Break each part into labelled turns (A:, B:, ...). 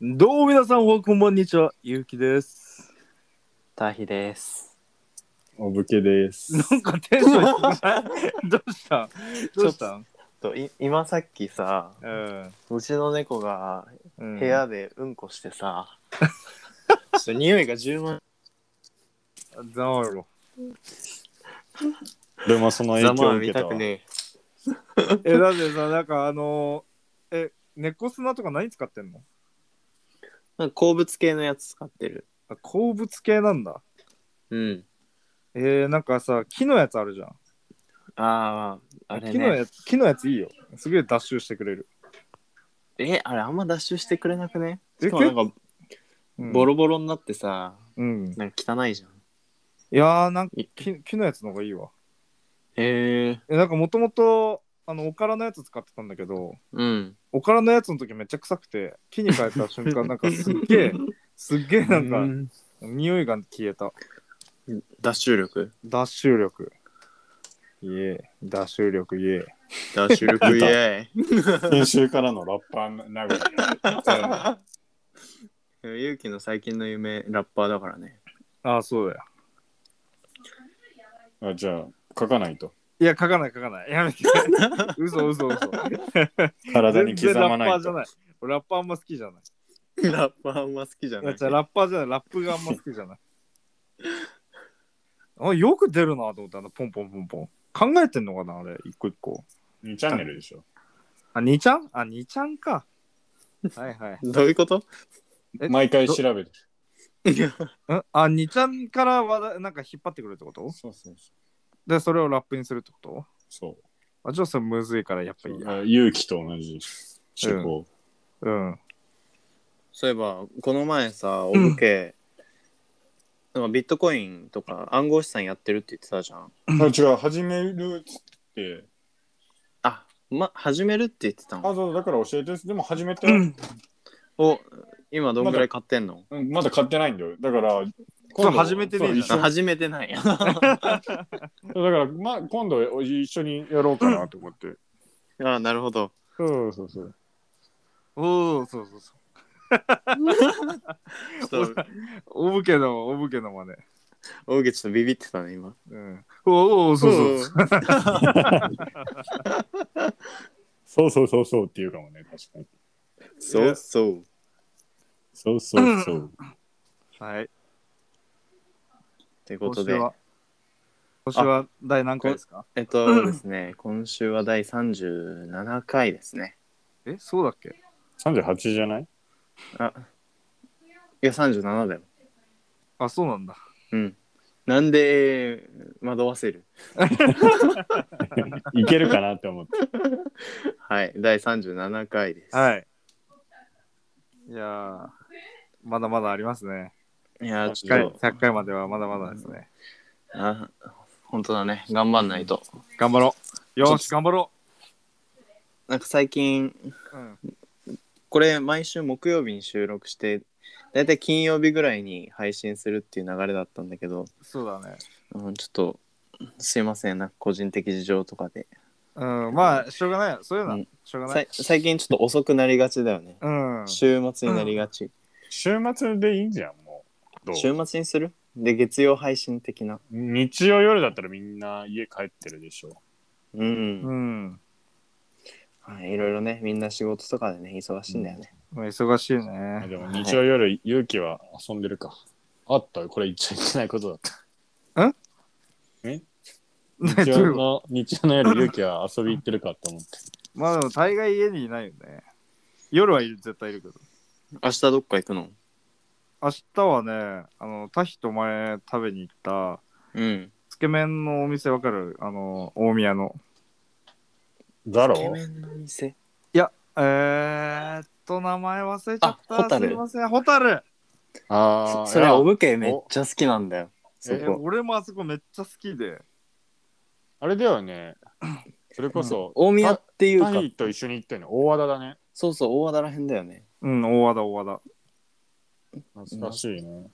A: どうも皆さん、おはこんばんにちは、ゆうきです。
B: タヒです。
C: おぶけです。
A: なんかテンション低くない どうしたどうした
B: とい今さっきさ
A: うん
B: うちの猫が
A: うん
B: 部屋でうんこしてさ、
C: 匂いが10万。
A: ざまあやろ
C: 俺もその
B: ざ
C: 影
B: ま
C: 響
B: あ
C: を受
B: 見
C: け
B: た
C: た
B: く
C: わ。
B: ね
A: え、だってさ、なんかあのー、え、猫砂とか何使ってんの
B: えなんか鉱物系のやつ使ってる
A: あ鉱物系なんだ。
B: うん
A: えー、なんかさ、木のやつあるじゃん。
B: あああれ
A: 木の
B: ね
A: やつ、木のやついいよ。すげえ脱臭してくれる。
B: えあれあんま脱臭してくれなくね
A: え
B: しかもなんか
A: うん
B: ボロボロになってさ、
A: うん。
B: なんか汚いじゃん
A: いやー、なんか
B: い
A: 木木のやつの方がいいわ。
B: へえ
A: え、なんかもともと、あの、おからのやつ使ってたんだけど、
B: うん
A: おからのやつの時めっちゃ臭くて木に変えた瞬間なんかすっげえすっげえなんか匂いが消えた
B: 脱臭力
A: 脱臭力イエーイ脱臭力イエーイ
B: 脱臭 力イエーイ
C: 先週からのラッパーなぐら
B: ゆうきの最近の夢ラッパーだからね
A: ああそうだよ
C: い。あじゃあ、書かないと。
A: いや書かない書かないやめて嘘嘘嘘
C: 体に刻ま
A: 全然ラッパ
C: な
A: ー
C: い
A: じゃ
C: と。
A: ない俺ラッパーあんま好きじゃない
B: ラッパーあんま好きじゃ
A: い
B: な
A: や
B: い
A: じゃあラッパーじゃないラップがあんま好きじゃないあよく出るなと思ったなポンポンポンポン考えてんのかなあれ一個一個
C: 2チャンネルでしょ。
A: あ2ちゃんあ2ちゃんかはいはい
B: どういうこと
A: え
C: 毎回調べて。
A: んあ、2ちゃんから話題なんか引っ張ってくるってこと
C: そうそうそう。
A: で、それをラップにするってこと
C: そう
A: あ、ちょっとそれむずいからやっぱいいや。
C: あ勇気と同じ手法。
A: うん。
B: そういえばこの前さお武家、なんかビットコインとか暗号資産やってるって言ってたじゃん
C: あ違う、始めるっつって。
B: あま始めるって言ってた
C: あ、
B: の
C: そうだから教えて。でも始めた、うん
B: お今どんぐらい買ってんの、
C: まだ買ってないんだよ。だから、
A: そう始めてねえじゃん
C: そ
B: あ
C: う一緒
B: 始めてないや
C: そうだから、まあ、今度一緒にやろうかなと思って。
B: あなるほど
C: そうそうそう。
A: おお、そうそうそう。
B: そう
A: おぶけの、おぶけの真似。
B: お武家ちょっとビビってたね今
A: うん。おお、そうそうそう。
B: う
C: そうそうそうそうっていうかもね、確かに。
B: そうそう
C: そうそうそう。
A: はい。
B: というこ
A: 今
B: と
A: 週
B: で
A: は。今週は第何回ですか
B: えっとですね今週は第37回ですね
A: え、そうだっけ
C: 38じゃない
B: あいや37だよ
A: あ、そうなんだ。
B: うんなんで惑わせる
C: いけるかなって思って。
B: はい、第37回です。
A: はい。いやー、まだまだありますね。
B: い、やー、
A: 100
B: ち
A: 回
B: ょっと、
A: 100回まではまだまだですね。
B: あ本当だね、頑張んないと。
A: 頑張ろう。よーし、頑張ろ
B: なんか最近、
A: う。うん。
B: これ毎週木曜日に収録して、だいたい金曜日ぐらいに配信するっていう流れだったんだけど、
A: そうだね。
B: うん、ちょっと、すいません、なんか個人的事情とかで。
A: うん、まあ、しょうがないよ。そういうのは
B: うん
A: しょうがな
B: さ
A: い
B: い。最近ちょっと遅くなりがちだよね。
A: うん。
B: 週末になりがち。
C: 週末でいいんじゃん、もう。どう
B: 週末にするで、月曜配信的な。
C: 日曜夜だったらみんな家帰ってるでしょ。
B: うん。
A: うん。
B: はい、いろいろね、みんな仕事とかでね、忙しいんだよね。
A: もう忙しい
C: あ
A: ね。
C: でも日曜夜、勇気は遊んでるか。あったこれ言っちゃいけないことだった。
A: ん
C: え
A: ね
C: 日
A: どうい
C: 曜
A: うこ
C: の日曜の夜、勇気は遊び行ってるかと思って。
A: とまあでも大概家にいないよね。夜はいる絶対いるけど。
B: 明日どっか行くの
A: 明日はね、あの、タヒと前食べに行った、
B: うん。
A: つけ麺のお店わかるあの、大宮の。
C: だ
B: イ
C: ろ
B: ケメンの店
A: えー、っと、名前忘れちゃった。
B: あホタル
A: すいません、ホタル
C: あ
B: そ
C: あ、
B: それ
C: いや
B: お武家めっちゃ好きなんだよそ
A: え
B: こ
A: 俺もあそこめっちゃ好きで。
C: あれだよね。それこそ、
B: 大宮っていう
C: タ
B: か
C: イと一緒に行ったよね。大和田だね。
B: そうそう大和田らへんだよね
A: うん、大和田、大和
C: 懐かしいね。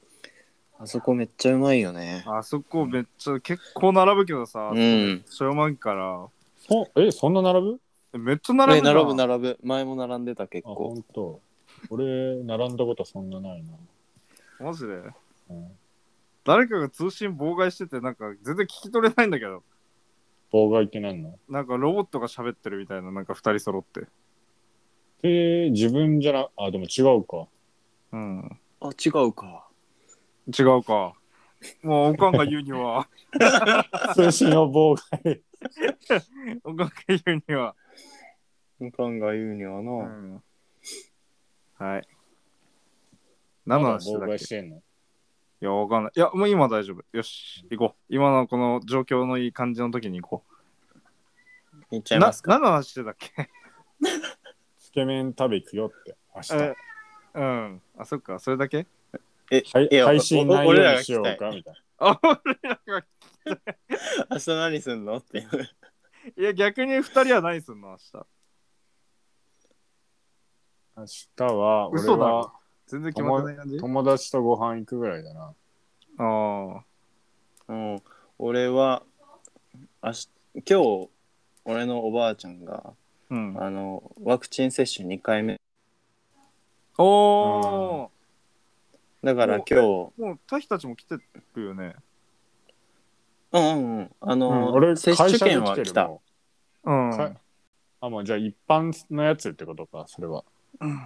B: あそこめっちゃうまいよね
A: 田。あそこめっちゃ、結構並ぶけどさ、
B: うん
A: 正面から。
C: そえ、そんな並ぶ
A: えめっちゃ並ぶ
B: え
A: じゃん
B: 並ぶ並ぶ前も並んでた結
C: あ、
B: 構
C: 本当。俺、並んだことそんなないな。
A: マジで
C: うん、
A: 誰かが通信妨害してて、なんか全然聞き取れないんだけど。
C: 妨害ってなんの
A: なんかロボットが喋ってるみたいな、なんか二人揃って。
C: えー、自分じゃな、あ、でも違う か。
A: うん。
B: あ、違うか。
A: 違うか。もう、おかんが言うに は、
C: 通信を妨害。
A: おかんが言うには。
B: みかんが言うには
A: う
B: な。
A: ん。はい。何の話して
C: 妨
A: たっ
C: 害
A: け
C: してんの
A: いや、わかんない。いや、もう今大丈夫。よし、行こう。今のこの状況のいい感じの時に行こ
B: 言っち
A: う。
B: ゃい
A: な
B: ます、か。
A: 何の話してたっ け
C: つけ麺食べ行くよって、明日。
A: えうん。あ、そっか、それだけ
B: え、
C: はい
B: いや
C: 配信内
B: 俺らが
C: 容に
B: 聞
C: し
B: き
C: よう
B: たい
C: かみたい
A: あ、俺らが
B: 明日何すんのっていう。
A: いや、逆に二人は何すんの明日。
C: な。明日は、俺
A: 嘘だろ
C: は
A: 全然決まってない感じ
C: 友達とご飯行くぐらいだな。
A: あ
B: うん。俺は、明日、今日、俺のおばあちゃんが、
A: あ。うん。
B: あの、ワクチン接種2回目。
A: おー、
B: だから今日、
A: もう、タヒたちも来てるよね。
B: うんうんうん。あの、
C: 俺、
B: 接
C: 会
B: 種
C: 社で
B: 券
C: 来
B: は
C: て
B: 来
C: る
B: た。
C: も
A: うん。
C: んかあ、もうじゃあ一般のやつってことか、それは。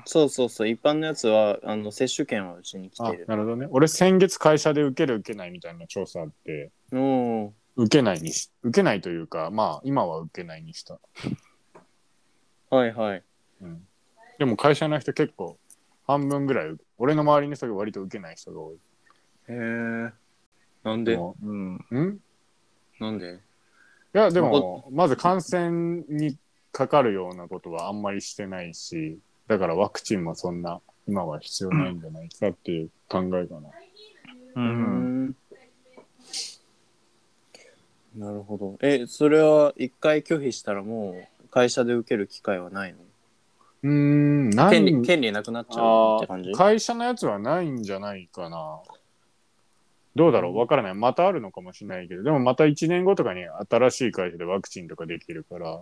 B: そうそうそう。一般のやつは、あの、接種券はうちに来
C: あ
B: てる、。
C: なるほどね。俺、先月会社で受ける受けないみたいな調査あって、
B: うん。
C: 受けないにし、受けないというか、まあ、今は受けないにした。
B: はいはい。
C: うん。でも会社の人結構、半分ぐらい、俺の周りの人が割と受けない人が多い。
B: へえ。なん
C: で
B: で
C: も
A: うん。
C: うん
B: なんで
C: いや、でも、まず感染にかかるようなことはあんまりしてないし、だからワクチンもそんな、今は必要ないんじゃないかっていう考えかな。
A: う。
B: うんん。なるほど。え、それは一回拒否したらもう会社で受ける機会はないの
C: うーん、な
B: 権利
C: い
B: 権利なくなっちゃう
C: あ
B: って感じ
C: ー会社のやつはないんじゃないかな。どうだろうわからない。またあるのかもしれないけど、でもまた1年後とかに新しい会社でワクチンとかできるから、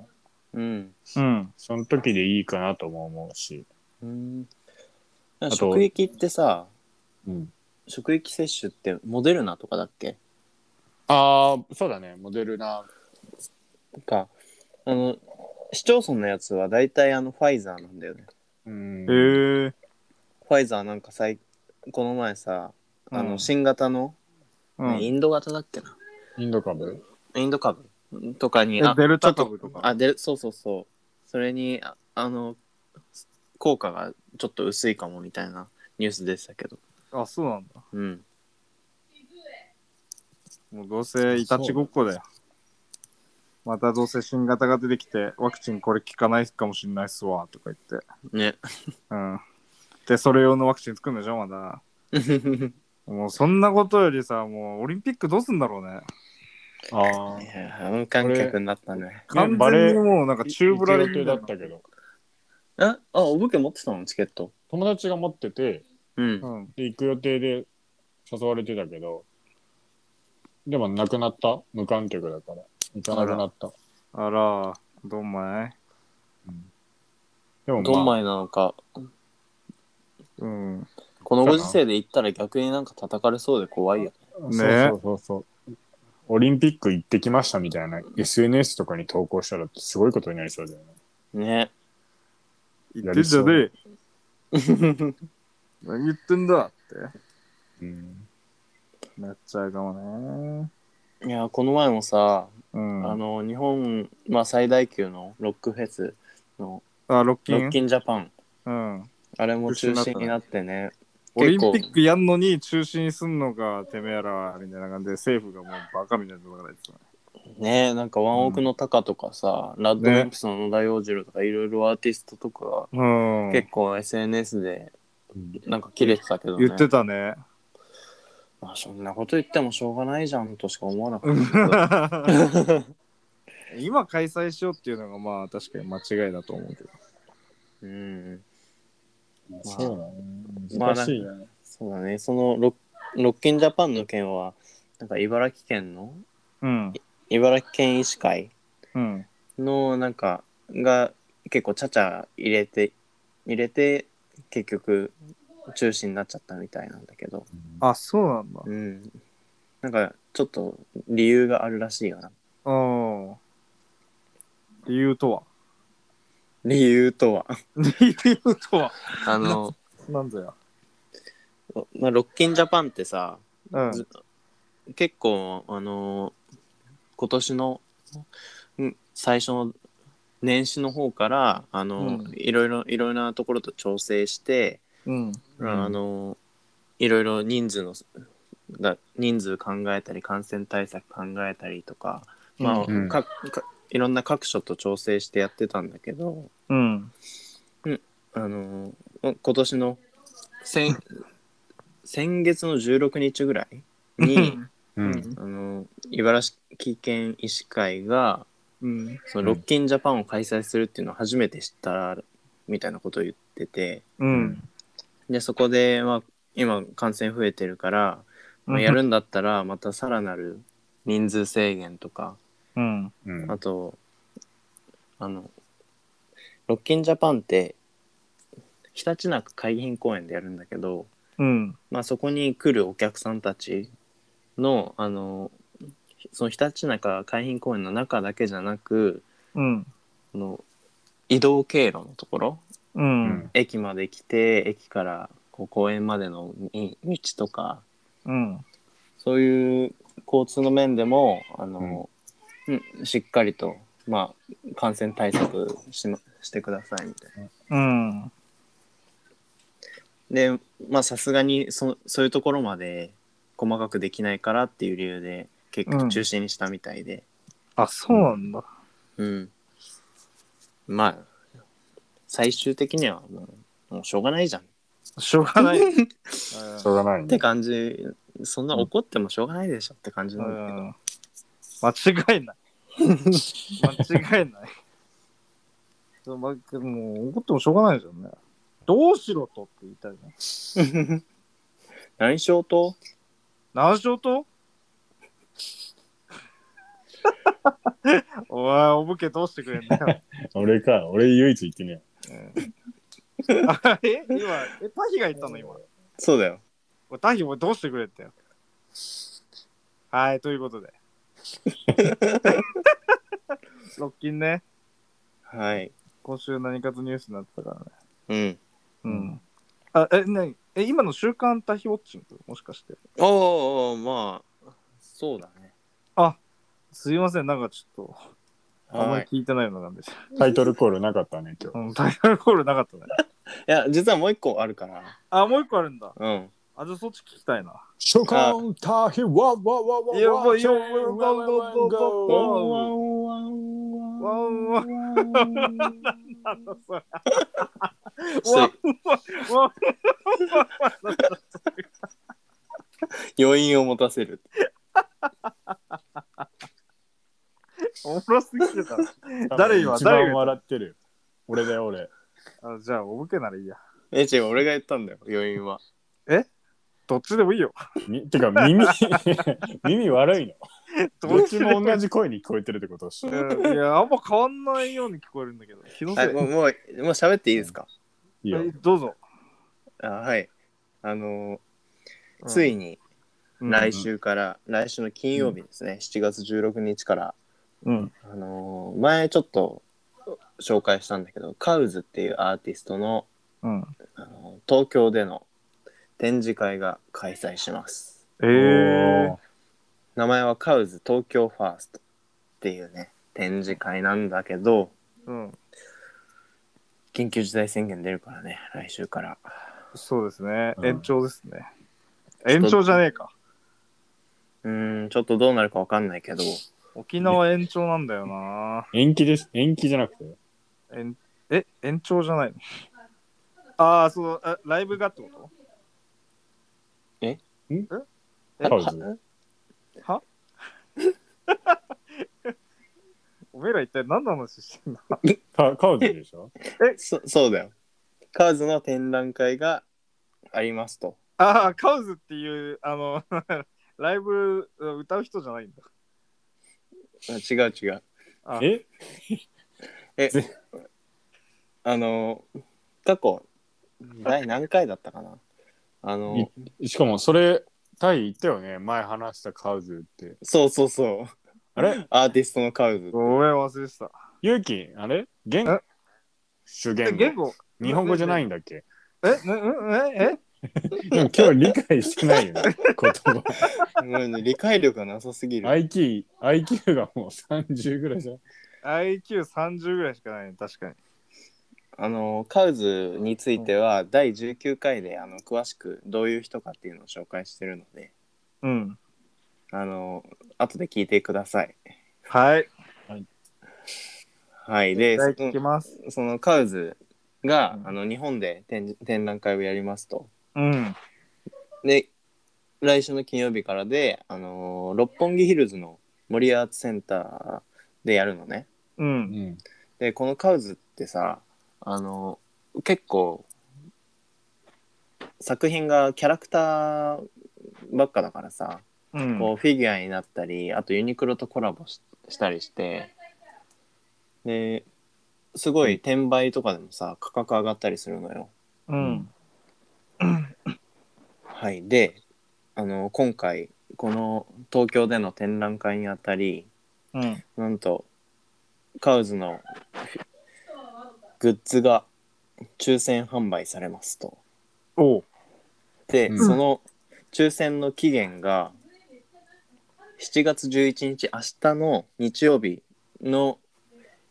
B: うん。
A: うん。
C: その時でいいかなとも思うし。
B: うん
C: と
B: 職域ってさ、
C: うん、
B: 職域接種ってモデルナとかだっけ
C: ああ、そうだね。モデルナ。
B: か、あの、市町村のやつは大体あのファイザーなんだよね。
C: うん
A: えー。
B: ファイザーなんかさいこの前さ、あ
A: う
B: の
A: ん
B: 新型の、
A: うん、
B: インド型だっけな。
C: インド株
B: インド株とかに、
A: え
B: あ
A: デルタ
B: ちょっ
A: 株とか。
B: あでそうそうそうそれにああの効果がちょっと薄いかもみたいなニュースでしたけど
A: あそうなんだ。
B: うん
A: もうどうせいたちごっこだよ。またどうせ新型が出てきて、ワクチンこれ効かないかもしれないっすわ、とか言って。
B: ね
A: うん。で、それ用のワクチン作るんでしょ、まだ。もうそんなことよりさ、もうオリンピックどうすんだろうね。
C: ああ
B: い。や無観客になったね
A: 完
C: バレ
A: 全
C: ー
A: にもうなんか中ぶらり
C: 行
A: み
C: く予定
A: た
C: だ
A: い
C: っ
A: な
C: たけど
B: ああお武家持ってたのチケット
C: 友達が持ってて
B: うん
A: うん。
C: で行く予定で誘われてたけどでもなくなった無観客だから行かなくなった、
A: あら、どんまい。
C: でも
B: どん
C: まあ
B: まいなのか
A: うん。
B: このご時世で行ったら逆になんか叩かれそうで怖い
A: ね
B: よ
C: そうそうそうそうオリンピック行ってきましたみたいな SNS とかに投稿したらすごいことになりそうだよね
B: ね
A: 言ってんじゃねえ。 何言ってんだって。
C: うん
A: なっちゃうかもね。
B: いやこの前もさ、
A: うん。
B: あ
A: あ
B: の日本、まあ、最大級のロックフェスの
A: ロッキ
B: ロッ
A: ン。
B: キンジャパン
A: うん。
B: あれも中止になってね
A: オリ
B: 結
A: ン
B: 構
A: ピックやんのに中止にすんのか、てめえらは、みたいな感じで、政府がもうバカみたいなとこからやってたね
B: ねえなんかワンオクのタカとかさ、ラッドウィンプスの野田洋次郎とかいろいろアーティストとか
A: うん。
B: 結構 SNS でなんか切れてたけどね
A: 言ってたね。
B: まあ、そんなこと言ってもしょうがないじゃんとしか思わなかったけど
A: うん 今開催しようっていうのが、まあ確かに間違いだと思うけど。
B: うん
C: そうだね
B: まあ
C: 難しいね、
B: そうだねそのロッロッキンジャパンの件はなんか茨城県の
A: うん。
B: 茨城県医師会
A: うん。
B: のなんかが結構ちゃちゃ入れて入れて結局中止になっちゃったみたいなんだけど、
A: あ、そうなんだ。
B: うん、なんかちょっと理由があるらしいよな
A: うん。理由とは
B: 理由とは
A: 理由とは
B: あの、
A: なんぞや。
B: まあ、ロッキンジャパンってさ
A: うん。
B: ず結構あの今年のん最初の年始の方からあの、
A: うん
B: いろいろいろいろなところと調整して、
A: うん。
C: うん
B: あのいろいろ人数のだ人数考えたり感染対策考えたりとか、まあ
C: うんうん
B: かかいろんな各所と調整してやってたんだけど
A: うん。
B: あの今年の先先月の16日ぐらいに
C: うん。
B: あの茨城県医師会が
A: うん。
B: そのロッキンジャパンを開催するっていうのを初めて知ったみたいなことを言ってて
A: うん。
B: でそこで、まあ、今感染増えてるから、まあ、やるんだったらまたさらなる人数制限とか
A: うん。
C: うん
B: あとあのロッキンジャパンってひたちなか海浜公園でやるんだけど、
A: うん。
B: まあ、そこに来るお客さんたちのあのそのひたちなか海浜公園の中だけじゃなく
A: うん。
B: あの移動経路のところ
A: うん。
B: 駅まで来て駅からこう公園までのみ道とか
A: うん。
B: そういう交通の面でもあの、うんしっかりと、まあ、感染対策しましてくださいみたいな。
A: うん。
B: でまあさすがにそそういうところまで細かくできないからっていう理由で結
A: う
B: 局
A: ん
B: 中止にしたみたいで、
A: あ、そうなんだ。
B: うんまあ最終的にはもうもうしょうがないじゃんっ
A: しょうがない。
C: しょうがない
B: て
C: ね。
B: 感じそんな怒ってもしょうがないでしょって感じ
A: う
B: なんだけど。
A: ん。間違いない。間違いない。そうまあもう怒ってもしょうがないじゃんね。どうしろとって言いたいね。
B: 何しようと
A: 何しようとお前、お武家どうしてくれんだよ。
C: 俺か、俺唯一言ってね
A: あえ今、え、タヒが言ったの今。
B: そうだよ。
A: おいタヒ、お前どうしてくれってよ。はい、ということ で。ロッキンね、
B: はい。
A: 今週何かとニュースになってたからね。
B: うん。
A: う
C: うん
A: ん。あ、え、なにえ、今の週刊タヒウォッチングもしかして。
B: おー、まあ、そうだね。
A: あ、すいません、なんかちょっと、あんま
B: は
A: り
B: い。
A: 聞いてないような感じで。
C: タイトルコールなかったね、今日。
A: うん、タイトルコールなかったね。
B: いや、実はもう一個あるから。
A: あ、もう一個あるんだ。
B: うん。
A: あ、じゃあそっち聞きたい な。
C: 初刊タヒワワワワワ
A: いやもういやもう
B: ワ
A: もう
B: ンワンワンワン。
A: ワンあ のさ、
B: そう
A: わ
B: 余韻を持たせる。
A: おもろすぎてた。誰今
C: 一
A: 誰が
C: 番笑ってるよ。俺だよ、俺。
A: あじゃあ、お武家ならいいや。
B: え、違う、俺が言ったんだよ、余韻は。
A: どっちでもいいよ。
C: みてか、耳、耳悪いの。 どっちも同
A: じ。
C: じ声に聞こえてるってことっしょ
A: うんいや、あんま変わんないように聞こえるんだけど。気のせ
B: はいい、もう、もう、もう喋っていいですか
C: いい
A: は
C: よ
A: い。どうぞ。
B: あはい。あのー、ついに
A: うん
B: 来。週から、来週の金曜日ですね、7月16日から、
A: うん。
B: あのー前ちょっと紹介したんだけどカウズっていうアーティストの、
A: うん。
B: あのー東京での展示会が開催します
A: えー。
B: 名前はカウズ東京ファーストっていうね展示会なんだけど
A: うん。
B: 緊急事態宣言出るからね来週から
A: そうですね。
C: うん
A: 延長ですね。延長じゃねえか。
B: うーんちょっとどうなるかわかんないけど
A: 沖縄延長なんだよな。
C: 延期です。延期じゃなくて。
A: 延え、延長じゃないのああ、そう、えライブがってこと
C: カウズ
A: おめえら一体何の話してんの
C: カカウズでしょ
B: そそうだよカウズの展覧会がありますと
A: ああ、カウズっていう、あの、 ライブうん歌う人じゃないんだ。
B: あ違う違う
A: あ
C: え
B: あの過去第何回だったかなあの
C: いしかもそれ、タイ行ったよね。前話したカウズって。
B: そうそうそう
C: あれ
B: アーティストのカウズ
A: ごめん、忘れてた。
C: ゆうき、あれ言
A: え
C: 主
A: え
C: 言
A: 言
C: 語。
A: 語
C: 日本語じゃないんだっけ
A: え、ねえ、え、え
C: でも今日理解してないよね。 言葉。
B: もうね理解力がなさすぎる
C: IQ、IQ がもう30ぐらいじゃん。
A: IQ30 ぐらいしかないね、確かに。
B: あのカウズについては第19回であの詳しくどういう人かっていうのを紹介してるので
A: うん。
B: あの後で聞いてください
A: はい。
B: はいで
A: 絶対聞きます。
B: そのカウズが、
A: うん
B: あの日本で展示展覧会をやりますと
A: うん。
B: で来週の金曜日からで、あのー六本木ヒルズの森アーツセンターでやるのね
A: う。
C: うんん。
B: でこのカウズってさ、あのー結構作品がキャラクターばっかだからさ、
A: うん。
B: こうフィギュアになったりあとユニクロとコラボししたりしてですごい転売とかでもさ価格上がったりするのよ。
A: うん。
B: はい、であの今回この東京での展覧会にあたり
A: うん。
B: なんとカウズのグッズが抽選販売されますと。
A: おう。
B: で、
C: うん
B: その抽選の期限が7月11日明日の日曜日の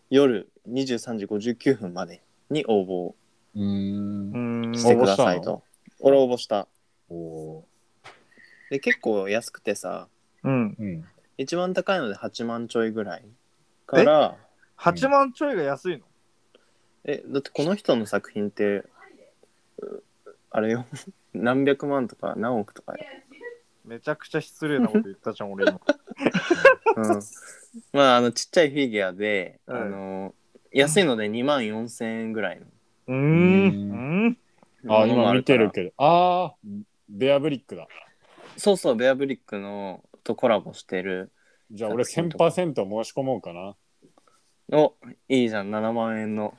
B: 夜23時59分までに応募
C: うー。
A: うんん。
B: してください
C: 応
B: と。俺応募した。
C: おー
B: で結構安くてさ
A: うん。
C: うん。
B: 一番高いので8万ちょいぐらいから
A: 8万ちょいが安いの
B: えだってこの人の作品ってうあれよ 何百万とか何億とかよ
A: めちゃくちゃ失礼なこと言ったじゃん、俺 今。
B: うんまああのちっちゃいフィギュアで、
A: はい
B: あの安いので2万4000円ぐらいの
A: うーん。うん。
C: あ、
B: ものも
C: 今
B: る
C: 見て
B: から
C: るけど。ああ、ベアブリックだ。
B: そうそうベアブリックのとコラボしてる
C: じゃあ俺1000%申し込もうかな。
B: おいいじゃん7万円の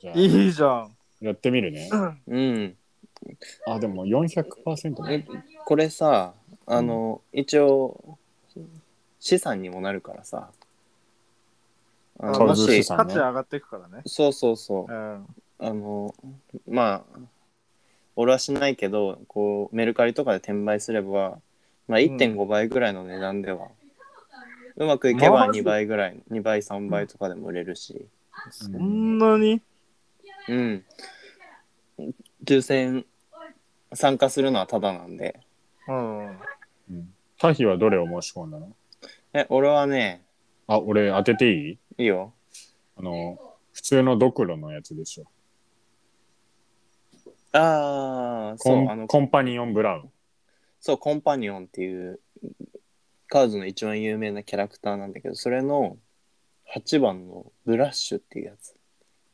C: じゃあ
A: いいじゃん。
C: やってみるね。
B: うん
C: あ、でも400%ね。
B: えこれさあの、一応資産にもなるからさあの
A: 株
B: も
A: 主
B: し
C: 資産
A: 価値上がっていくからね。。
B: そうそうそううんあのまあ俺はしないけどこうメルカリとかで転売すれば、まあ、1.5倍ぐらいの値段では、うまくいけば
A: マジ
B: 2倍ぐらい2倍3倍とかでも売れるし、
A: そんなに
B: うん、抽選参加するのはタダなんで
A: うん。
C: うんタヒはどれを申し込んだの
B: え俺はね
C: あ、俺当てていい
B: いいよ
C: あの、普通のドクロのやつでしょ。
B: ああそ
C: コ
B: うあ
C: ン
B: の
C: コンパニオンブラウン。
B: そうコンパニオンっていうカーズの一番有名なキャラクターなんだけどそれの8番のブラッシュっていうやつ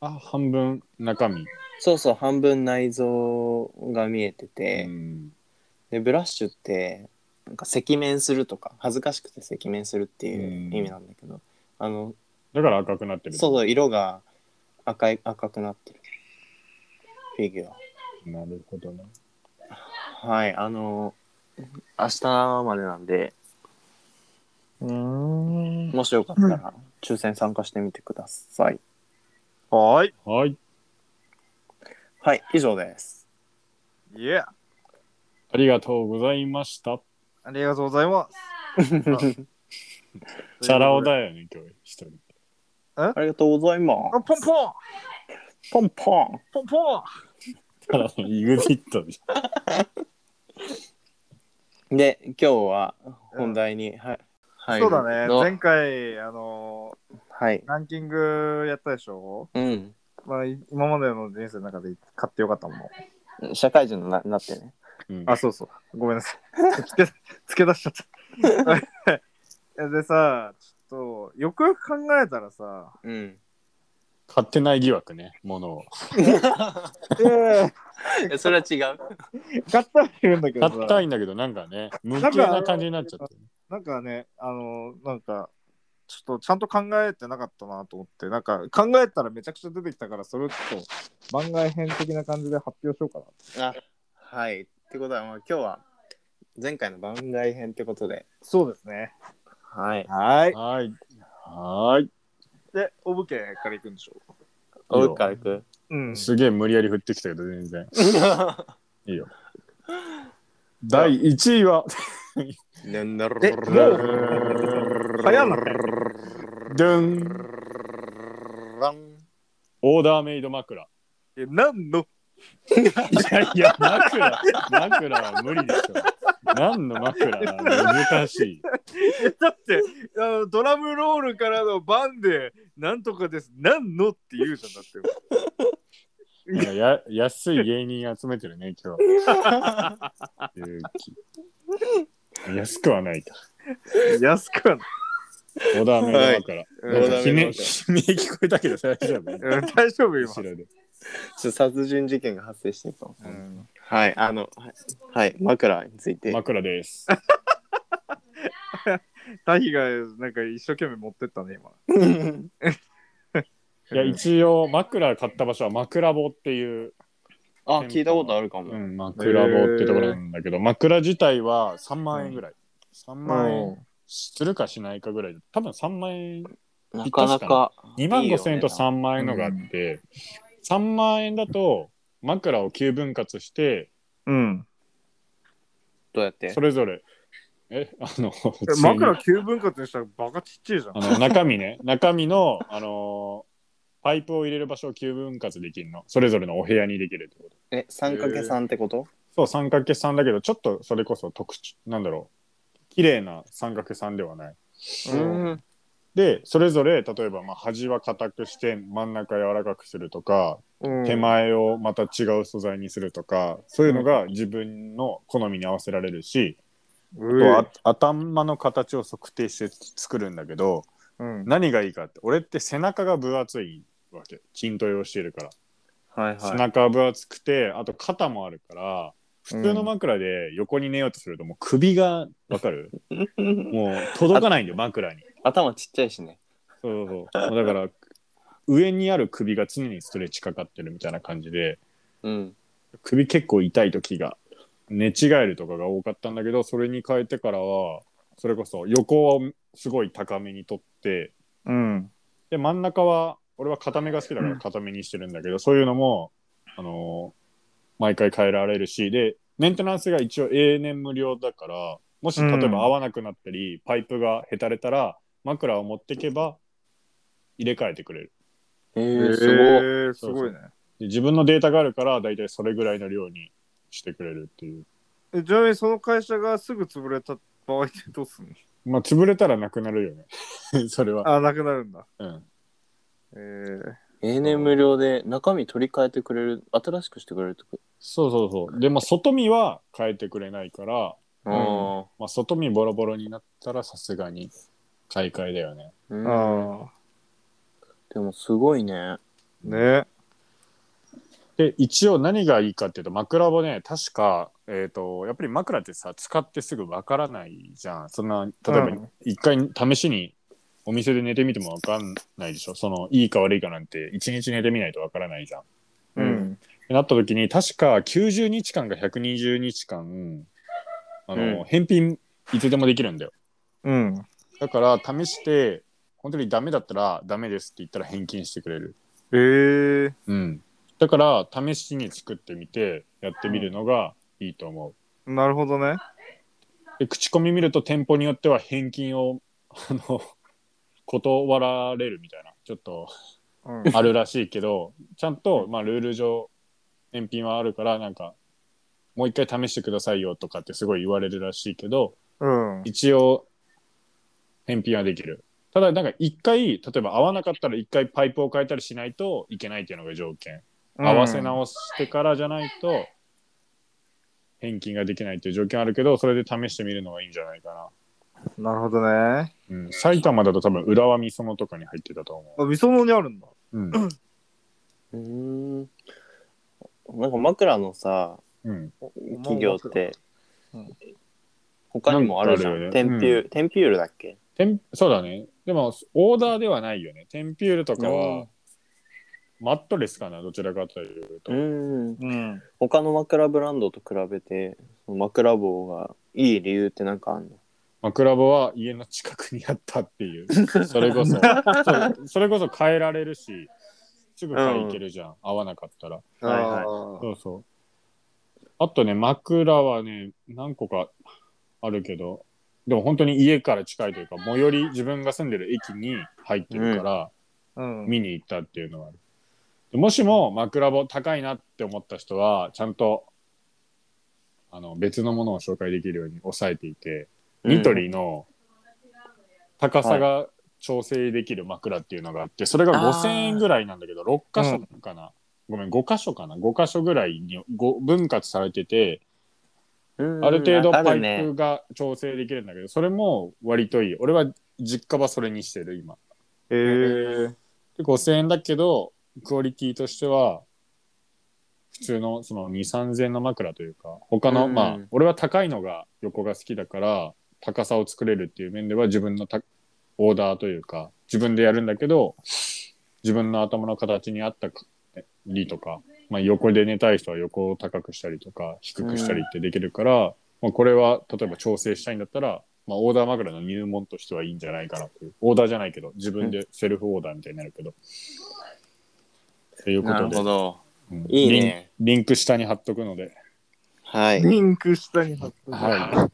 C: あ、半分中身。
B: そうそう半分内臓が見えてて、
C: うん
B: でブラッシュってなんか赤面するとか恥ずかしくて赤面するっていう
C: うん
B: 意味なんだけど、あの
C: だから赤くなってる。
B: そうそう色が赤い赤くなってるフィギュ
C: なるほどね。
B: アはいあの明日までなんで
A: うん。
B: もしよかったら抽選参加してみてください、
A: はーい。
C: はい。
B: はい以上です
A: いや。
C: ありがとうございました。
A: ありがとうございます。
C: チャラ男だよね、今日一人。
B: ありがとうございま
A: あ。ポンポン
B: すポンポン
A: ポンポン
C: ただのイグビットじ
B: で今日は本題に、はい入
A: そ
B: る
A: うだね。
B: の
A: 前回、あの
B: はい
A: ー、ランキングやったでしょ
B: うん
A: まあ、い今までの人生の中で買ってよかったもの。
B: 社会人にななってね
C: ゃん。うん
A: あ、そうそう。ごめんなさい。 つけ、つけ出しちゃ った。でさ、ちょっと、よくよく考えたらさ、
B: うん
C: 買ってない疑惑ね、ものを。
B: えそれは違う
A: 買ったって言うんだけど
C: 買
A: さ、
C: ったいんだけど、なんかね、無形な感じになっちゃってる。
A: なんかね、あの、なんか、ちょっとちゃんと考えてなかったなと思って、なんか考えたらめちゃくちゃ出てきたから、それをちょっと番外編的な感じで発表しようかな。
B: あはい。ってことは、まあ、今日は前回の番外編ってことで。
A: そうですね。
B: はい。
A: はい。
C: はい。はい。
A: で、オブケから行くんでしょ
B: おうからいく。
A: う。うん。
C: すげえ無理やり振ってきたけど、全 然。いいよ。第1位は、
B: なんだろ
A: え
C: ド
A: もう早な
C: ゥンオーダーメイド枕。
A: え、なんの
C: いやいや、枕、枕は無理でしょ。何の枕難しい。
A: え だってあの、ドラムロールからのバンで、なんとかです、なんのって言うじゃんだって。
C: なんかや安い芸人集めてるね、今 日。勇気安くはないか。
A: 安く はない。
C: オーダーメイド枕。
A: うん
C: なんか
B: オー
C: 悲鳴
B: ダーメイド枕
C: 悲鳴聞こえたけど大丈夫
A: うん大丈夫、今。
C: 後ろで。
B: ちょっと殺人事件が発生してるかも。
A: うん
B: はい、あの、はいはい、枕について。
C: 枕です。
A: タヒがなんか一生懸命持ってったね、今。
C: いや、一応、枕買った場所は枕棒っていう、
B: あ、聞いたことあるかも。
C: うん、枕棒ってところなんだけど、枕自体は3万円ぐらい。3万円するかしないかぐらいで。多分3万円
B: なかなか。
C: 2万5千円と
B: いいよ
C: 3万円のがあって、3万円だと枕を9分割して
A: うん。
B: どうやって
C: それぞれえあの普通に
A: 枕9分割にしたらバカちっちゃいじゃん
C: あ。の中身ね 中身の、あのーパイプを入れる場所を9分割できるのそれぞれのお部屋にできるってこと
B: え、三かけ三ってこと
C: そう三角形さんだけどちょっとそれこそ特徴なんだろう綺麗な三角形さんではない
A: うん。
B: ん。
C: でそれぞれ例えば、まあ、端は硬くして真ん中柔らかくするとか
A: うん
C: 手。前をまた違う素材にするとかそういうのが自分の好みに合わせられるし、
A: う
C: あ
A: え
C: とあ頭の形を測定して作るんだけど
A: うん。
C: 何がいいかって俺って背中が分厚いわけ筋トレをしてるから、
B: はい
C: 背
B: は
C: 中は分厚くてあと肩もあるから普通の枕で横に寝ようとするともう首がわかる、
B: い。
C: もう届かないんだよ枕に
B: 頭ちっちゃいしね。
C: そうそうそう もうだから上にある首が常にストレッチかかってるみたいな感じで
B: うん。
C: 首結構痛い時が寝違えるとかが多かったんだけどそれに変えてからはそれこそ横をすごい高めに取って
A: うん。
C: で真ん中は俺は固めが好きだから固めにしてるんだけど、そういうのも、あのー毎回変えられるしでメンテナンスが一応永年無料だからもし例え
A: うん
C: ば合わなくなったり、パイプがへたれたら枕を持ってけば入れ替えてくれる
B: え
A: え
B: ー、す
A: ー、すごいね。
C: で自分のデータがあるから大体それぐらいの量にしてくれるっていう
A: えちなみにその会社がすぐ潰れた場合ってどうすんの
C: まあ、潰れたらなくなるよね。 それは。
A: あ、なくなるんだ。
C: うん。
A: えー、
B: ごい。永年無料で中身取り替えてくれる、新しくしてくれるとこ。
C: そうそうそう。でも、外見は変えてくれないから、
B: あ
C: まあ、外見ボロボロになったらさすがに買い替えだよね。
B: あ。うん
A: ああ。
B: でもすごいね。
A: ね
C: で、一応何がいいかっていうと、枕もね、確か、えっ、と、やっぱり枕ってさ、使ってすぐわからないじゃん。そんな、例えば
A: うん
C: 一回試しにお店で寝てみてもわかんないでしょ。その、いいか悪いかなんて、一日寝てみないとわからないじゃん。
A: う。ん。
C: なった時に確か90日間か120日間あ
B: う
C: の、
B: ん
C: 返品いつでもできるんだよ
A: うん。
C: だから試して本当にダメだったらダメですって言ったら返金してくれる、
A: えー、
C: うん、だから試しに作ってみてやってみるのがいいと思う
A: なるほどね。
C: で口コミ見ると店舗によっては返金をあの断られるみたいなちょっと
A: うん。
C: あるらしいけど、ちゃんと、まあ、ルール上、返品はあるから、なんか、もう一回試してくださいよとかってすごい言われるらしいけど、
A: うん。
C: 一応、返品はできる。ただ、なんか一回、例えば合わなかったら一回パイプを変えたりしないといけないっていうのが条件。合わせ直してからじゃないと、返金ができないっていう条件あるけど、それで試してみるのがいいんじゃないか
A: うん。なるほどね。
C: な。うん。埼玉だと多分、浦和美園とかに入ってたと思
A: あ、みそのにあるんだ。
C: う。うん。
B: うーん。なんか枕のさ、
C: うん。
B: 企業って
A: うん、
B: 他にもあるじゃ
C: なん
B: ん。
C: かあ
B: テ
C: るよね
B: ンピュール、テンピュールだっけ
C: テンそうだね。でも、オーダーではないよね。テンピュールとか
B: う
C: は、マットレスかな、どちらかというと。
B: うん。
A: うん。
B: 他の枕ブランドと比べて、枕棒がいい理由ってなんかあんの
C: 枕棒は家の近くにあったっていう。 それこそ、そうそれこそ変えられるし、すぐ買いに行けるじゃん。合わなかったら。
B: はいはい。
A: い。
C: そうそう。あとね、枕はね、何個かあるけど、でも本当に家から近いというか、最寄り、自分が住んでる駅に入ってるから、
A: うん。
C: 見に行ったっていうのはある。でもしも枕棒高いなって思った人は、ちゃんと、あの、別のものを紹介できるように抑えていて、ニトリの高さが調整できる枕っていうのがあって、それが
B: あー
C: 5000円ぐらいなんだけど、6箇所かな、ごめん、5箇所かな ?5 箇所ぐらいにご分割されてて、
B: うん
C: ある程度
B: あ
C: パ
B: る
C: イ
B: ね
C: プが調整できるんだけど、それも割といい。俺は実家はそれにしてる、今。
A: へえ。
C: で5000円だけど、クオリティとしては、普通のその2、3000の枕というか、他の、
B: うん
C: まあ、俺は高いのが横が好きだから、高さを作れるっていう面では自分のたオーダーというか、自分でやるんだけど、自分の頭の形に合ったかりとか、まあ、横で寝たい人は横を高くしたりとか、低くしたりってできるから、まあ、これは例えば調整したいんだったら、まあ、オーダー枕の入門としてはいいんじゃないかなという。オーダーじゃないけど、自分でセルフオーダーみたいになるけど。というこ
B: な
C: と
B: る
C: で、
B: ほど。
C: うん
B: いいね。
C: リン。リンク下に貼っとくので。
B: はい。
A: リンク下に貼って
C: は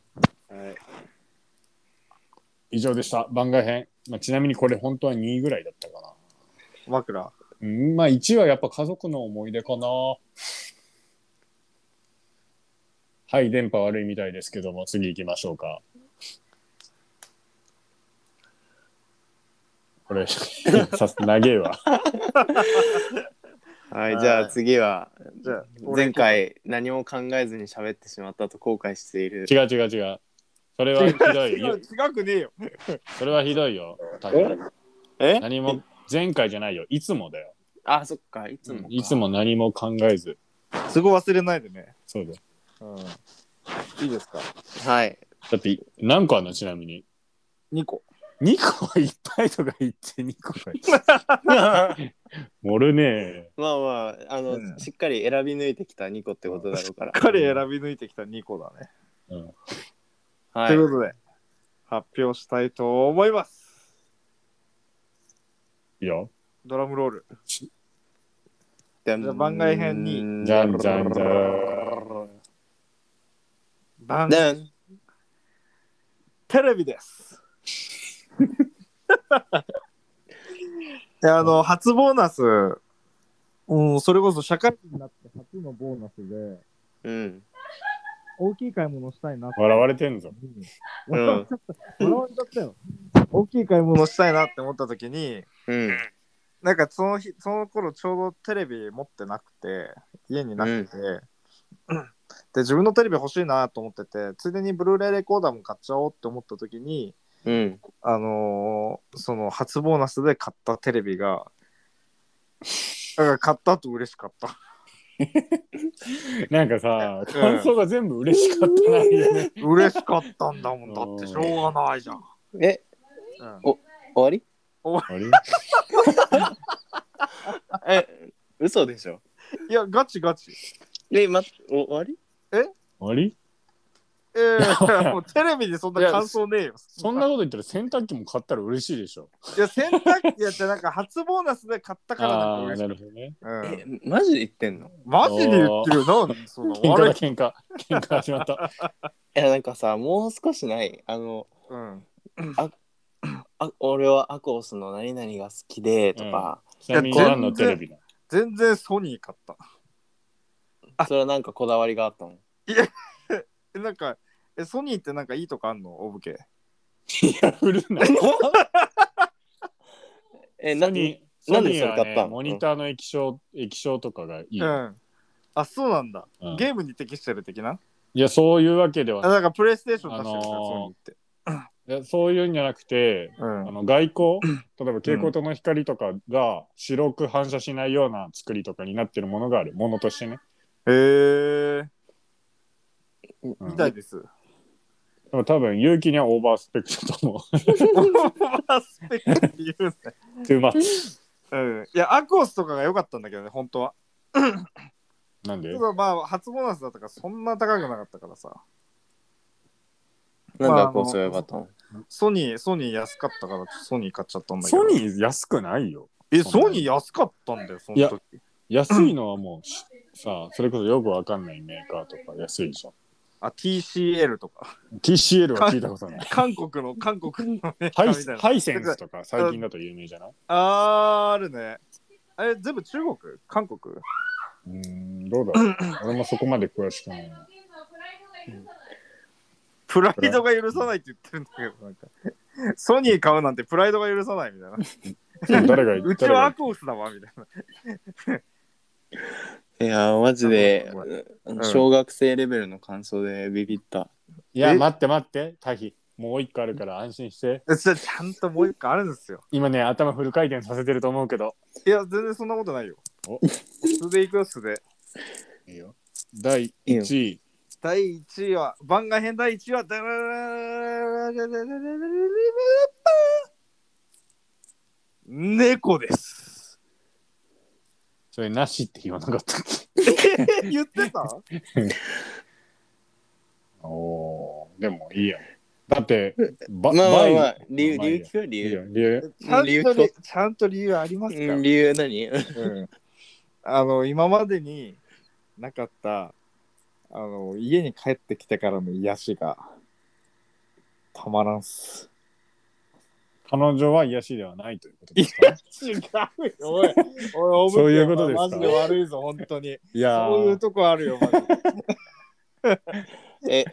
C: 以上でした。番外編。まあ、ちなみにこれ本当は2位ぐらいだったかな。
A: い。枕。
C: うん、まあ1位はやっぱ家族の思い出かな。はい、電波悪いみたいですけども、次行きましょうか。これ、 さす長えわ。
B: は、
A: はいい
B: じゃあ次は、
A: じゃあ、俺
B: 前。回何も考えずに喋ってしまったと後悔している
C: 違。う違う違う。それはひどい
A: 違う
C: よ。
A: 違くねえよ。
C: それはひどいよ。
B: え
C: 何も、前回じゃないよ。いつもだよ。
B: あ、そっか、いつもか。
C: いつも何も考えず。
A: そこ忘れないでね。
C: そうだよ。
A: うん。いいですか
B: はい。
C: だって、何個あるのちなみに。
A: ?2 個。
C: 2個はいっぱいとか言って2個がいっぱい。 盛るねえ。
B: まあまあ、あの、
A: うん
B: しっかり選び抜いてきた2個ってことだろ うから。
A: 彼選び抜いてきた2個だね。
B: は
A: と
B: い
A: いう。ことで、発表したいと思います。
C: いいよ。
A: ドラムロール。
B: じゃ
A: じゃあ番外編に
C: じゃんじゃんじゃん。
A: バン
B: でん
A: テレビです。 いやあの、初ボーナス、うん、それこそ社会人になって初のボーナスで、
B: うん。
A: 大きい買い物したいなって
C: 笑われてんぞ。
B: う
A: 笑
B: ん。
A: われちゃったよ。大きい買い物したいなって思った時に、
B: うん。
A: なんかその日、その頃ちょうどテレビ持ってなくて、家になくて、で、自分のテレビ欲しいなと思ってて、ついでにブルーレイレコーダーも買っちゃおうって思った時に、
B: うん。
A: あのーその初ボーナスで買ったテレビが、だから買った後嬉しか った。
C: なんかさ、感想が全部嬉しかったな、いいよ ね。
A: 嬉しかったんだもん、だってしょうがないじゃん。
B: え、
A: うん
B: 終わり
C: あれ
B: え、嘘でしょ。
A: いや、ガチガチ。
B: で、ま、お終わり
C: あれ
A: え ー、もうテレビでそんな感想ねえよ。
C: そんなこと言ったら洗濯機も買ったら嬉しいでしょ。
A: いや、洗濯機やってなんか初ボーナスで買ったからなん
C: あ
A: か
C: あ
A: 嬉し。
C: ー、ないるほどね。
A: うん
B: え、マジで言ってんの
A: マジで言ってるよ。何 その
C: 喧嘩
A: 悪
C: だ、
A: い。
C: 喧嘩。喧嘩始まった。
B: いや、なんかさ、もう少しない。あの、
A: うん。
B: あ俺はアコースの何々が好きでとか、
C: ちなみに何のテレビだ
A: 全然ソニー買った。
B: それはなんかこだわりがあったの
A: え、なんか、え、ソニーってなんかいいとこあんのオブケ。
C: いや、古いな。
B: え、
C: ソ
B: 何
C: ニー、
B: な
C: ソ
B: ん
C: ニ
B: で
C: ー
B: それ
C: は
B: 買った
C: ね、
B: の
C: モニターの液晶、液晶とかがいい。
A: うん。あ、そうなんだ。
C: うん
A: ゲームに適してる的な、
C: いや、そういうわけで
A: あ、
C: は
A: なんかプレイステーション出してるから、
C: あのー
A: ソニーって。
C: いやそういうんじゃなくて、
A: う
C: あ
A: ん。
C: の外 光、例えば蛍光灯の光とかが白く反射しないような作りとかになってるものがある、ものとしてね。
A: へえー、
C: うん
A: みたいです。
C: でも多分、勇気にはオーバースペックだと 思 う。
A: スペックって言うんだ。
C: トゥーマッチ。
A: うん。いや、アクオスとかが良かったんだけどね、本当は。
C: なんで
A: ただまあ、初ボーナスだったから、そんな高くなかったからさ。
B: なん
A: ま
B: で
A: あ
B: アコースが良かったの
A: ソニー、ソニー安かったから、ソニー買っちゃったんだけど。
C: ソニー安くないよ。
A: え、ソニー安かったんだよ、その時。
C: 安いのはもうし、さあ、それこそよくわかんないメーカーとか安いでしょ。
A: あ、TCL とか。
C: TCL は聞いたこ とない。
A: 韓国の、韓国のメーカ
C: ハ
A: ー
C: イ
A: みたいな。
C: ハイセンスとか最近だと有名じゃない
A: あーあるね。あれ、全部中国韓国
C: うーん、どうだろ う。俺もそこまで詳しくないな。
A: プライドが許さないって言ってるんだけど、なんか。ソニー買うなんてプライドが許さないみたいな。
C: 誰が言
A: うち
C: 誰
A: はア
C: が
A: クオスだわ、みたいな。
B: いやーマジで
A: ごん
B: 小学生レベルの感想でビビった。
A: え
C: いや、待って待って、タヒ。もう一個あるから安心して。
A: えちゃちゃんともう一個あるんですよ。
C: 今ね、頭フル回転させてると思うけど。
A: いや、全然そんなことないよ
C: お。
A: 素でいくよ、素で。
C: いいよ。第1位。
A: 第1位は、番外編第1位は、猫です。
C: それなしって言わなかったっけ
A: 言ってた
C: おー、でもいいや。だって、ば
B: まあまあまあ
C: バイ、
B: 理由、
C: まあい
B: 理由
C: いや
B: 聞くよ理
C: いいよ
B: 由。
C: 理由
A: ちゃん
B: 理由
A: と
B: と
A: りちゃんと理由ありますか
B: う
A: ら
B: ん理由 何
A: あの今までになかったあの家に帰ってきてからの癒しがたまらんっす。
C: 彼女は癒しではないということですか
A: 違う よ、おい。おい
C: そういうことですか
A: マジで悪いぞ、本当に。
C: いや
A: そういう
C: ー、
A: とこあるよ、マジで。
B: え、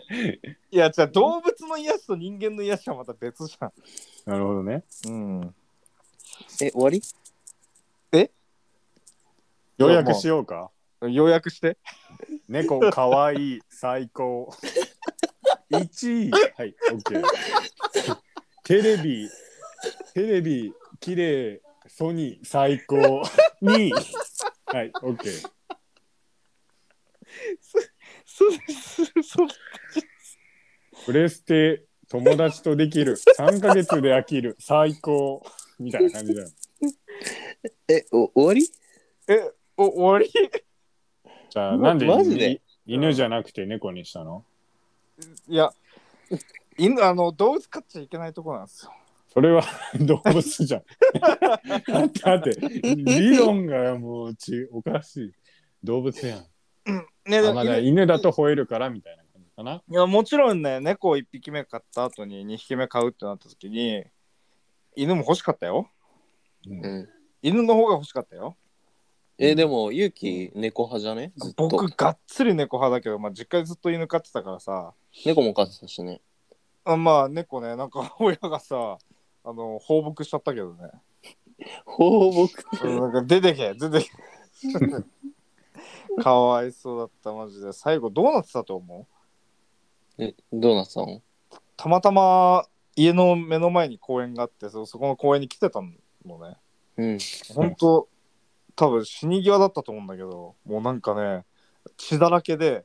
A: いや、じゃあ動物の癒しと人間の癒しはまた別じゃん。
C: なるほどね。
A: うん。
B: え、終わり
C: 要約しようか。
A: 要約して。
C: 猫かわいい、最高。1位。はい、OK。テレビ、テレビ、綺麗ソニー、最高。2位。はい、OK。
A: そうそう
C: プレステ、友達とできる。3ヶ月で飽きる、最高。みたいな感じだよ。
B: え、お終わり
A: え、お終わり
C: じゃあ、
B: ま
C: なんで
B: マジで
C: い犬じゃなくて猫にしたの
A: いや、犬、あの、動物飼っちゃいけないとこなんですよ。
C: それは 動物じゃん。待って待って、理論がもうちおかしい。動物やん。
A: ね、で
C: あ
A: も
C: ま
A: 犬
C: だ犬だと吠えるからみたいな感じかな。
A: いやもちろんね猫を1匹目買った後に2匹目買うってなった時に犬も欲しかったよ
B: うん。
A: 犬の方が欲しかったよ
B: え、でも、ゆうき、猫派じゃねずっと。
A: 僕がっつり猫派だけど、まあ、実家でずっと犬飼ってたからさ
B: 猫も飼ってたしね。
A: あまあ猫ねなんか 親がさあの放牧しちゃったけどね
B: 放牧
A: うんなんか出てけ出てけ かわいそうだったマジで最後どうなってたと思う
B: え、どうなってたの
A: たまたま家の目の前に公園があってそそこの公園に来てたのね
B: うん。
A: 本当多分死に際だったと思うんだけどもうなんかね血だらけで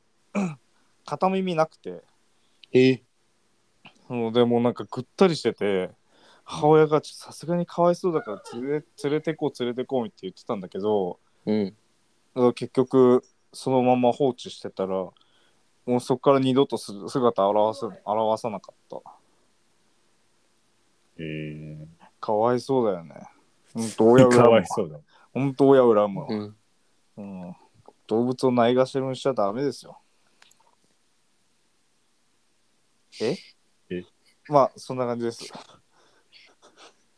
A: 片耳なくて
B: え、
A: もうでもうなんかぐったりしてて母親がちょっとさすがにかわいそうだから連れ連れてこう連れてこうって言ってたんだけど
B: うん。
A: だから結局そのまま放置してたらもうそこから二度とす姿を現す現さなかっ
C: え
A: たかわいそうだよねほんと親
C: かわ
A: 恨
C: いそうだ。
A: むほんと親恨むわ
B: う、ん。
A: うん、動物をないがしろにしちゃダメですよ。え
C: え
A: まあそんな感じです。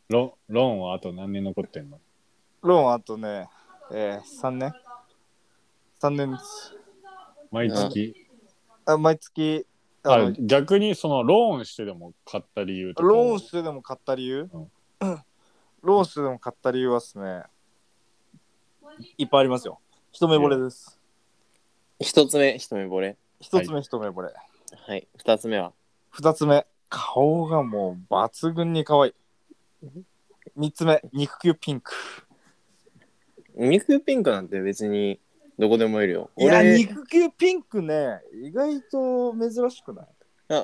C: ロローンはあと何年残ってんの
A: ローンあとね、えー、3年 ?3 年です。
C: 毎月。
A: あ毎月あ
C: あ
A: の、
C: 逆にそのローンしてでも買った理由とか。
A: ローンしてでも買った理由、
C: う
A: ローンしてでも買った理由はですね、いっぱいありますよ。一目惚れです。
B: 一つ目、一目惚れ。
A: 一つ目一目惚れ。
B: はい。二つ目は。
A: 二つ目、顔がもう抜群に可愛い。三つ目、肉球ピンク。
B: 肉ピンクなんて別に、どこでもいるよ。
A: いや、
B: 俺
A: 肉球ピンクね、意外と珍しくない
B: あ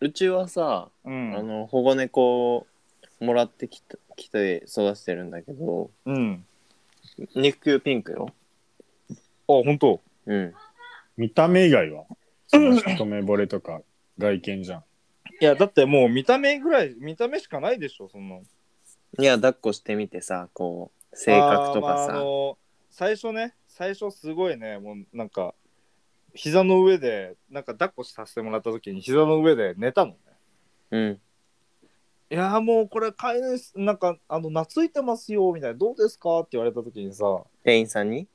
B: うちはさ、
A: う
B: あ
A: ん。
B: の保護猫をもらってきたきて育ててるんだけど
A: うん。
B: 肉球ピンクよ
A: あ、本当。
B: うん
C: 見た目以外は、その一目惚れとか外見じゃん。
A: いや、だってもう見た目ぐらい、見た目しかないでしょ、そんな。
B: いや抱っこしてみてさこう性格
A: あー
B: とか
A: まああ
B: さ、
A: の最初ね最初すごいねもうなんか膝の上でなんか抱っこさせてもらった時に膝の上で寝たのね
B: うん
A: いやーもうこれ飼い主なんかあの懐いてますよみたいなどうですかって言われた時にさ
B: 店員さんに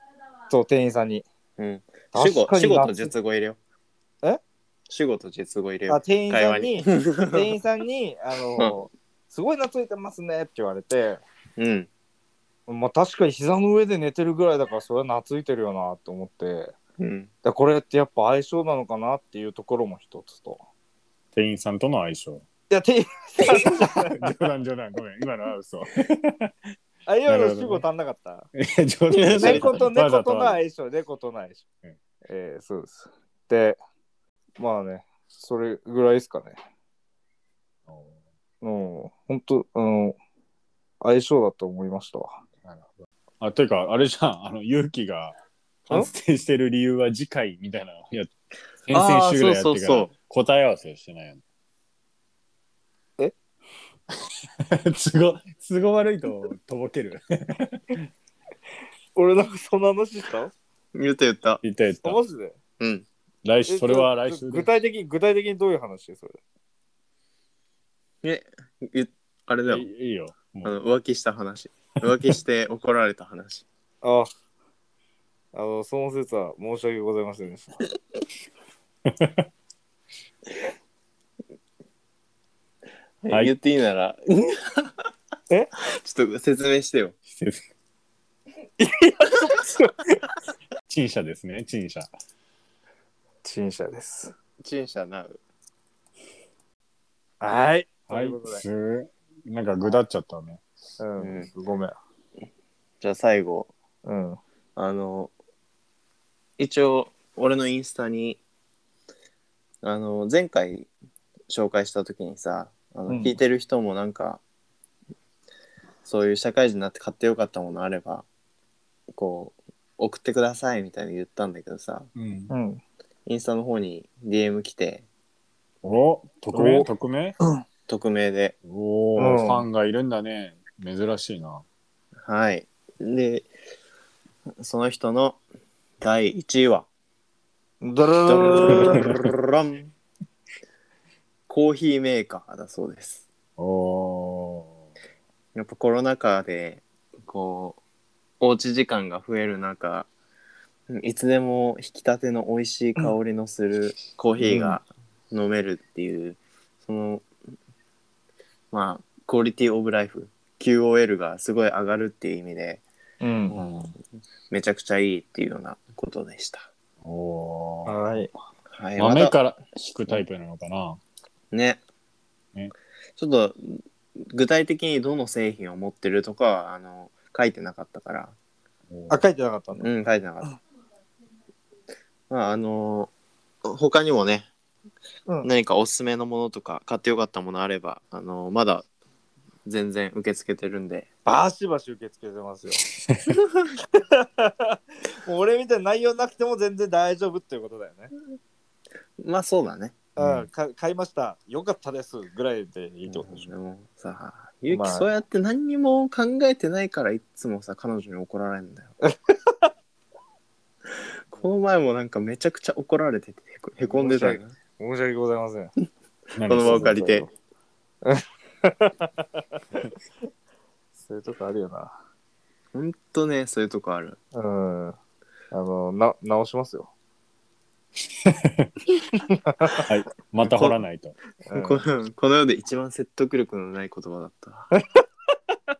A: そう店員さんに
B: うん
A: 確
B: 主
A: か
B: 語
A: に
B: 主語と
A: 懐い
B: 述語入れよう
A: え
B: 主語と述語入れよ
A: あ
B: う
A: 店員
B: 会
A: さ
B: 話
A: ん
B: に
A: に 店員さんにあのすごい懐いてますねって言われて
B: うん
A: まあ確かに膝の上で寝てるぐらいだからそれは懐いてるよなと思って
B: うん
A: だこれってやっぱ相性なのかなっていうところも一つと
C: 店員さんとの相性。
A: いや店 員さんじゃない
C: 冗談冗談、ごめん、今のは嘘。い
A: あ、今
C: な
A: の
C: るほどね
A: 主語足んなかった。
C: や冗談
B: そう
A: 猫と
C: わ
A: 猫
C: ざ
A: との
C: わざ
A: 相性、猫との相性
C: うん。
A: えー、そうです。で、まあね、それぐらいですかね。うん、本当、うん、相性だと思いましたわ。
C: あ、てか、あれじゃん、あの、勇気が完成してる理由は次回みたいなのや、先々週ぐらいや
B: あーそ
C: っ
B: う
C: て
B: そうそ
C: から
B: う
C: 答え合わせをしてないよね。
A: え
C: 都合、都合悪いととぼ ける。
A: 俺なんかそんな話した
B: 言った言った
C: 言った言った。
A: マジで
B: うん
C: 来週、それは来週
A: 具
C: で。
A: 体的に、具体的にどういう話それ。
B: えゆあれだよ
C: いいいよ。も
B: あ
C: う
B: の浮気した話浮気して怒られた話
A: あ、あの、その説は申し訳ございませんでした。
C: はい
B: 言っていいなら
A: え
B: ちょっと説明してよ
C: 陳謝ですね、陳謝。
A: 陳謝です。
B: 陳謝なう
A: はい。
C: は
A: と
C: い
A: いうこと、で
C: すなんかぐだっちゃったね。
A: うん、ごめん。
B: じゃあ最後
A: うん。
B: あの一応俺のインスタにあの前回紹介した時にさあの
A: うん
B: 聞いてる人もなんか、そういう社会人になって買ってよかったものあればこう送ってくださいみたいに言ったんだけどさ
C: うん
A: う、ん。
B: インスタの方に DM 来て
C: お匿名
A: お
C: 匿名
B: 匿名で
C: おお、
A: うん
C: ファンがいるんだね。珍しいな。
B: はいでその人の第1位は
A: ドロ
B: ド
A: ロロ
B: ロンコーヒーメーカーだそうです
C: おお
B: やっぱコロナ禍でこうおうち時間が増える中うんいつでも引き立ての美味しい香りのするコーヒーが飲めるっていう、そのまあクオリティオブライフ QOL がすごい上がるっていう意味で
A: うん
C: ー。
B: めちゃくちゃいいっていうようなことでした。
C: おお
A: はい。
B: はい、
C: ー。豆
B: また
C: から引くタイプなのかな。
B: ね
C: ね
B: ちょっと具体的にどの製品を持ってるとかはあの書いてなかったから
A: あ、書いてなかったの
B: うん、書いてなかった。まあ、あのー他にもね、
A: うん
B: 何かおすすめのものとか、買ってよかったものあれば、あのーまだ全然受け付けてるんで、
A: バシバシ受け付けてますよ。もう俺みたいな内容なくても全然大丈夫っていうことだよね。
B: まあそうだね。
A: うん、
C: うん
A: か買いました。よかったです。ぐらいでいいってことでしょ。
B: でもさ、ゆうき、
A: まあ
B: そうやって何にも考えてないから、いつもさ、彼女に怒られる んだよ。この前もなんかめちゃくちゃ怒られてて、へこへこんでたよ。
A: 申し訳ございません。
C: こ
B: この場を借りて。
A: そういうとこあるよな。
B: ほんとね、そういうとこある。
A: うん。あの、な直しますよ。
C: はい。また掘らないと。
A: うん
B: このこの世で一番説得力のない言葉だっ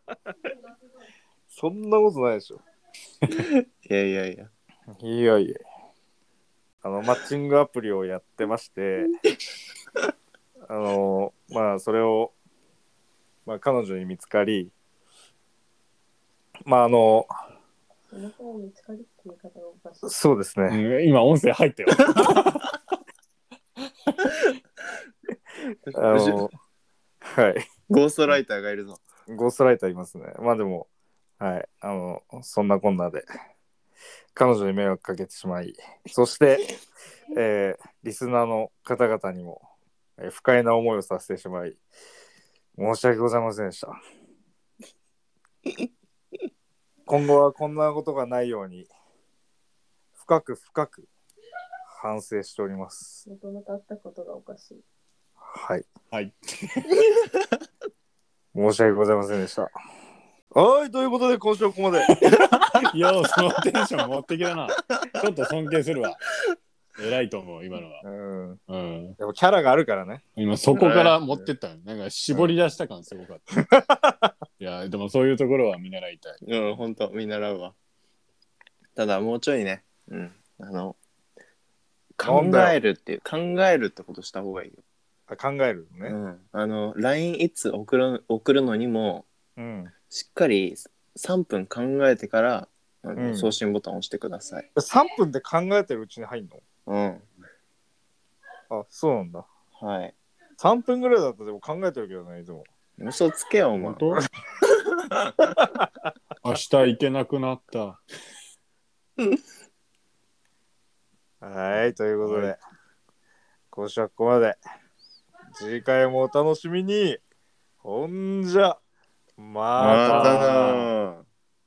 B: た。
A: そんなことないでしょ。
B: いやいやいや。
A: いやいや。あの、マッチングアプリをやってま して、あの、まあ、それを、まあ、彼女に見つかり、まあ、あの、
D: あなたを見つかるっていう言い方がおかしい。
A: そうです
C: う
A: ね。
C: ん今音声入ったよ。
A: あ のはい。
B: ゴーストライターがいるぞ。
A: ゴーストライターいますね。まあでも、はい。あの、そんなこんなで、彼女に迷惑かけてしまい、そして、 えーリスナーの方々にも、えー不快な思いをさせてしまい、申し訳ございませんでした。 今後はこんなことがないように、深く深く反省しております。
D: もともとあったことがおかしい。
A: はい。
C: はい。
A: 申し訳ございませんでした。はい、ということで今週はここまで。
C: よう、そのテンション持ってきたな。ちょっと尊敬するわ。偉いと思う、今のは。
A: うん。
C: うん。
A: やっぱキャラがあるからね。
C: 今、そこから持ってったの。なんか、絞り出した感すごかった。 いや、でもそういうところは見習いたい。
B: うん、ほんと、見習うわ。ただ、もうちょいね、うん、あの、考
A: なんだよ
B: えるっていう、考えるってことした方がいいよ。
A: あ考える
B: う
A: のね。
B: ん。あの、LINE いつ送る送るのにも、
A: うん。
B: しっかり3分考えてから、あの
A: うん
B: 送信ボタンを押してください。
A: 3分で考えてるうちに入ん
B: うん。
A: のあ、そうなんだ。
B: はい。
A: 3分ぐらいだったらでも考えてるけどね、いつも。
B: 嘘つけよ、お前
C: 本。当 明日行けなくなった。
A: はい、ということ
C: は
A: で、今週はここまで。次回もお楽しみに。ほんじゃ、ま
B: ま
A: た
B: た
A: な
B: な。